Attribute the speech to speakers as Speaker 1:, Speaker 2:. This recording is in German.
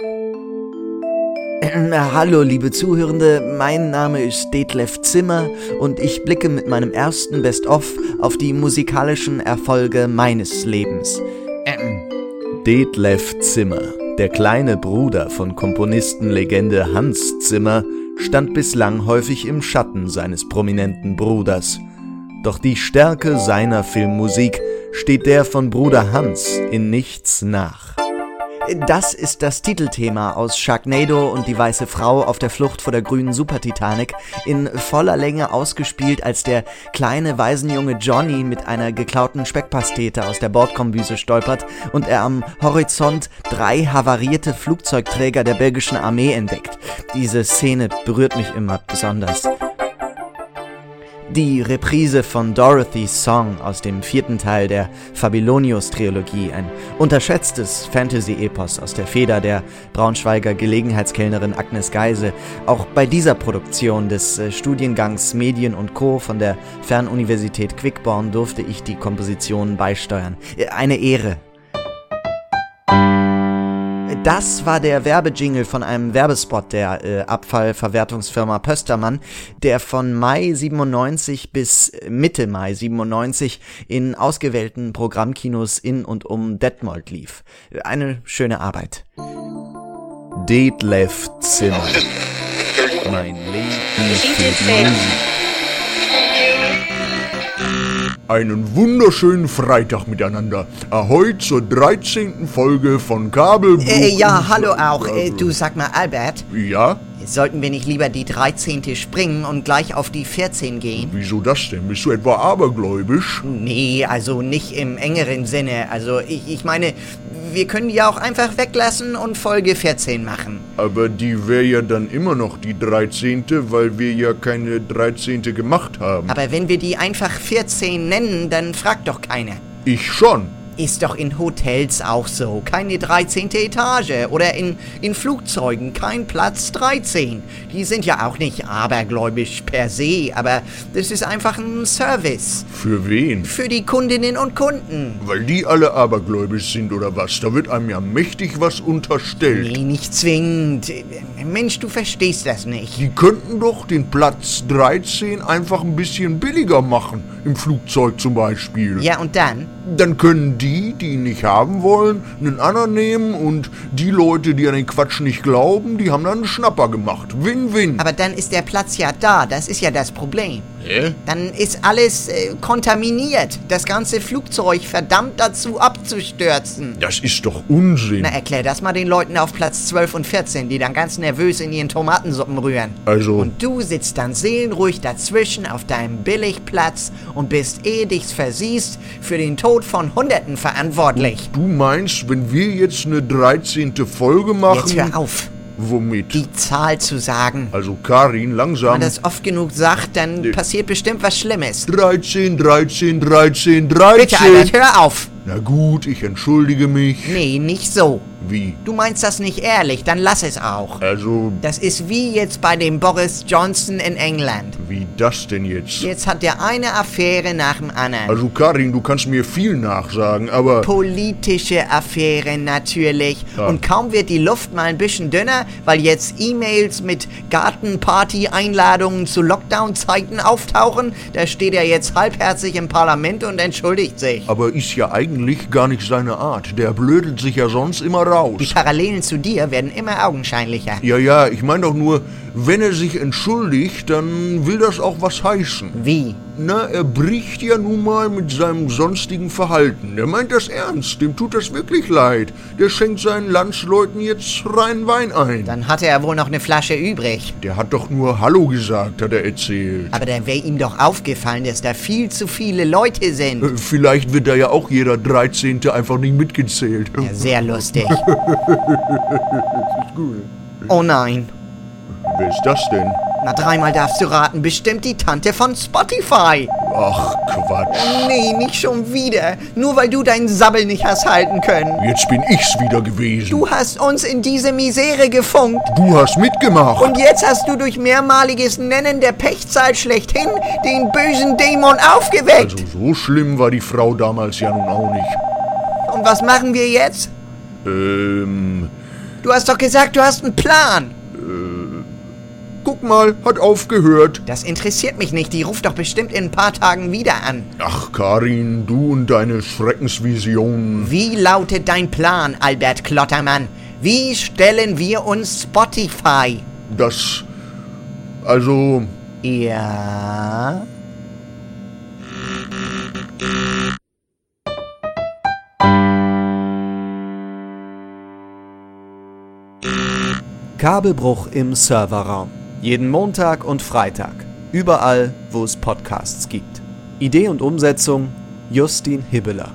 Speaker 1: Ähm, Hallo, liebe Zuhörende, mein Name ist Detlef Zimmer und ich blicke mit meinem ersten Best-of auf die musikalischen Erfolge meines Lebens. Ähm,
Speaker 2: Detlef Zimmer, der kleine Bruder von Komponistenlegende Hans Zimmer, stand bislang häufig im Schatten seines prominenten Bruders. Doch die Stärke seiner Filmmusik steht der von Bruder Hans in nichts nach.
Speaker 1: Das ist das Titelthema aus Sharknado und die weiße Frau auf der Flucht vor der grünen Super-Titanic, in voller Länge ausgespielt, als der kleine Waisenjunge Johnny mit einer geklauten Speckpastete aus der Bordkombüse stolpert und er am Horizont drei havarierte Flugzeugträger der belgischen Armee entdeckt. Diese Szene berührt mich immer besonders. Die Reprise von Dorothy's Song aus dem vierten Teil der Fabulonius-Trilogie, ein unterschätztes Fantasy-Epos aus der Feder der Braunschweiger Gelegenheitskellnerin Agnes Geise. Auch bei dieser Produktion des äh, Studiengangs Medien und Co. von der Fernuniversität Quickborn durfte ich die Kompositionen beisteuern. Äh, Eine Ehre. Das war der Werbejingle von einem Werbespot der äh, Abfallverwertungsfirma Pöstermann, der von Mai 97 bis äh, Mitte Mai 97 in ausgewählten Programmkinos in und um Detmold lief. Eine schöne Arbeit.
Speaker 2: Detlef Zimmer. Mein Leben für die Musik.
Speaker 3: Einen wunderschönen Freitag miteinander. Ahoi zur 13. Folge von Kabelbuch.
Speaker 4: Äh, ja, hallo auch. Äh, du sag mal, Albert,
Speaker 3: Ja?
Speaker 4: sollten wir nicht lieber die 13. springen und gleich auf die 14 gehen?
Speaker 3: Wieso das denn? Bist du etwa abergläubisch?
Speaker 4: Nee, also nicht im engeren Sinne. Also ich, ich meine, wir können die ja auch einfach weglassen und Folge 14 machen.
Speaker 3: Aber die wäre ja dann immer noch die 13., weil wir ja keine 13. gemacht haben.
Speaker 4: Aber wenn wir die einfach 14 nennen, dann fragt doch keiner.
Speaker 3: Ich schon.
Speaker 4: Ist doch in Hotels auch so. Keine 13. Etage. Oder in, in Flugzeugen kein Platz 13. Die sind ja auch nicht abergläubisch per se, aber das ist einfach ein Service.
Speaker 3: Für wen?
Speaker 4: Für die Kundinnen und Kunden.
Speaker 3: Weil die alle abergläubisch sind oder was? Da wird einem ja mächtig was unterstellt.
Speaker 4: Nee, nicht zwingend. Mensch, du verstehst das nicht.
Speaker 3: Die könnten doch den Platz 13 einfach ein bisschen billiger machen. Im Flugzeug zum Beispiel.
Speaker 4: Ja, und dann?
Speaker 3: Dann können die, die ihn nicht haben wollen, einen anderen nehmen und die Leute, die an den Quatsch nicht glauben, die haben dann einen Schnapper gemacht. Win-win.
Speaker 4: Aber dann ist der Platz ja da. Das ist ja das Problem.
Speaker 3: Hä?
Speaker 4: Dann ist alles äh, kontaminiert. Das ganze Flugzeug verdammt dazu abzustürzen.
Speaker 3: Das ist doch Unsinn.
Speaker 4: Na, äh, erklär das mal den Leuten auf Platz 12 und 14, die dann ganz nervös in ihren Tomatensuppen rühren.
Speaker 3: Also-
Speaker 4: Und du sitzt dann seelenruhig dazwischen auf deinem Billigplatz und bist, ehe dich's versiehst, für den Tod von Hunderten verantwortlich.
Speaker 3: du meinst, wenn wir jetzt eine 13. Folge machen...
Speaker 4: Jetzt hör auf,
Speaker 3: Womit?
Speaker 4: die Zahl zu sagen.
Speaker 3: also Karin,
Speaker 4: Wenn
Speaker 3: langsam.
Speaker 4: man das oft genug sagt, dann passiert bestimmt was Schlimmes.
Speaker 3: 13, 13, 13, 13.
Speaker 4: Bitte, Albert, hör auf.
Speaker 3: Na gut, ich entschuldige mich.
Speaker 4: Nee, nicht so.
Speaker 3: Wie?
Speaker 4: Du meinst das nicht ehrlich, dann lass es auch.
Speaker 3: Also,
Speaker 4: Das ist wie jetzt bei dem Boris Johnson in England.
Speaker 3: wie das denn jetzt?
Speaker 4: Jetzt hat der eine Affäre nach dem anderen.
Speaker 3: Also Karin, du kannst mir viel nachsagen, aber...
Speaker 4: Politische Affäre natürlich.
Speaker 3: Ja.
Speaker 4: Und kaum wird die Luft mal ein bisschen dünner, weil jetzt E-Mails mit Gartenparty-Einladungen zu Lockdown-Zeiten auftauchen, da steht er jetzt halbherzig im Parlament und entschuldigt sich.
Speaker 3: Aber ist ja eigentlich gar nicht seine Art. Der blödelt sich ja sonst immer
Speaker 4: Die
Speaker 3: raus.
Speaker 4: Parallelen zu dir werden immer augenscheinlicher.
Speaker 3: Ja, ja, ich meine doch nur, wenn er sich entschuldigt, dann will das auch was heißen.
Speaker 4: Wie?
Speaker 3: Na, er bricht ja nun mal mit seinem sonstigen Verhalten. Der meint das ernst, dem tut das wirklich leid. Der schenkt seinen Landsleuten jetzt rein Wein ein.
Speaker 4: Dann hatte er wohl noch eine Flasche übrig.
Speaker 3: Der hat doch nur Hallo gesagt, hat er erzählt.
Speaker 4: Aber dann wäre ihm doch aufgefallen, dass da viel zu viele Leute sind.
Speaker 3: Äh, Vielleicht wird da ja auch jeder 13. einfach nicht mitgezählt.
Speaker 4: Ja, sehr lustig. Oh nein.
Speaker 3: Wer ist das denn?
Speaker 4: Na, dreimal darfst du raten, bestimmt die Tante von Spotify.
Speaker 3: Ach, Quatsch.
Speaker 4: Nee, nicht schon wieder. Nur weil du deinen Sabbel nicht hast halten können.
Speaker 3: Jetzt bin ich's wieder gewesen.
Speaker 4: Du hast uns in diese Misere gefunkt.
Speaker 3: Du hast mitgemacht.
Speaker 4: Und jetzt hast du durch mehrmaliges Nennen der Pechzahl schlechthin den bösen Dämon aufgeweckt.
Speaker 3: also so schlimm war die Frau damals ja nun auch nicht.
Speaker 4: Und was machen wir jetzt?
Speaker 3: Ähm,
Speaker 4: Du hast doch gesagt, du hast einen Plan.
Speaker 3: Guck mal, hat aufgehört.
Speaker 4: Das interessiert mich nicht. Die ruft doch bestimmt in ein paar Tagen wieder an.
Speaker 3: Ach, Karin, du und deine Schreckensvisionen.
Speaker 4: Wie lautet dein Plan, Albert Klottermann? Wie stellen wir uns Spotify?
Speaker 3: Das. Also,
Speaker 4: Ja.
Speaker 2: Kabelbruch im Serverraum. Jeden Montag und Freitag. Überall, wo es Podcasts gibt. Idee und Umsetzung Justin Hibbeler.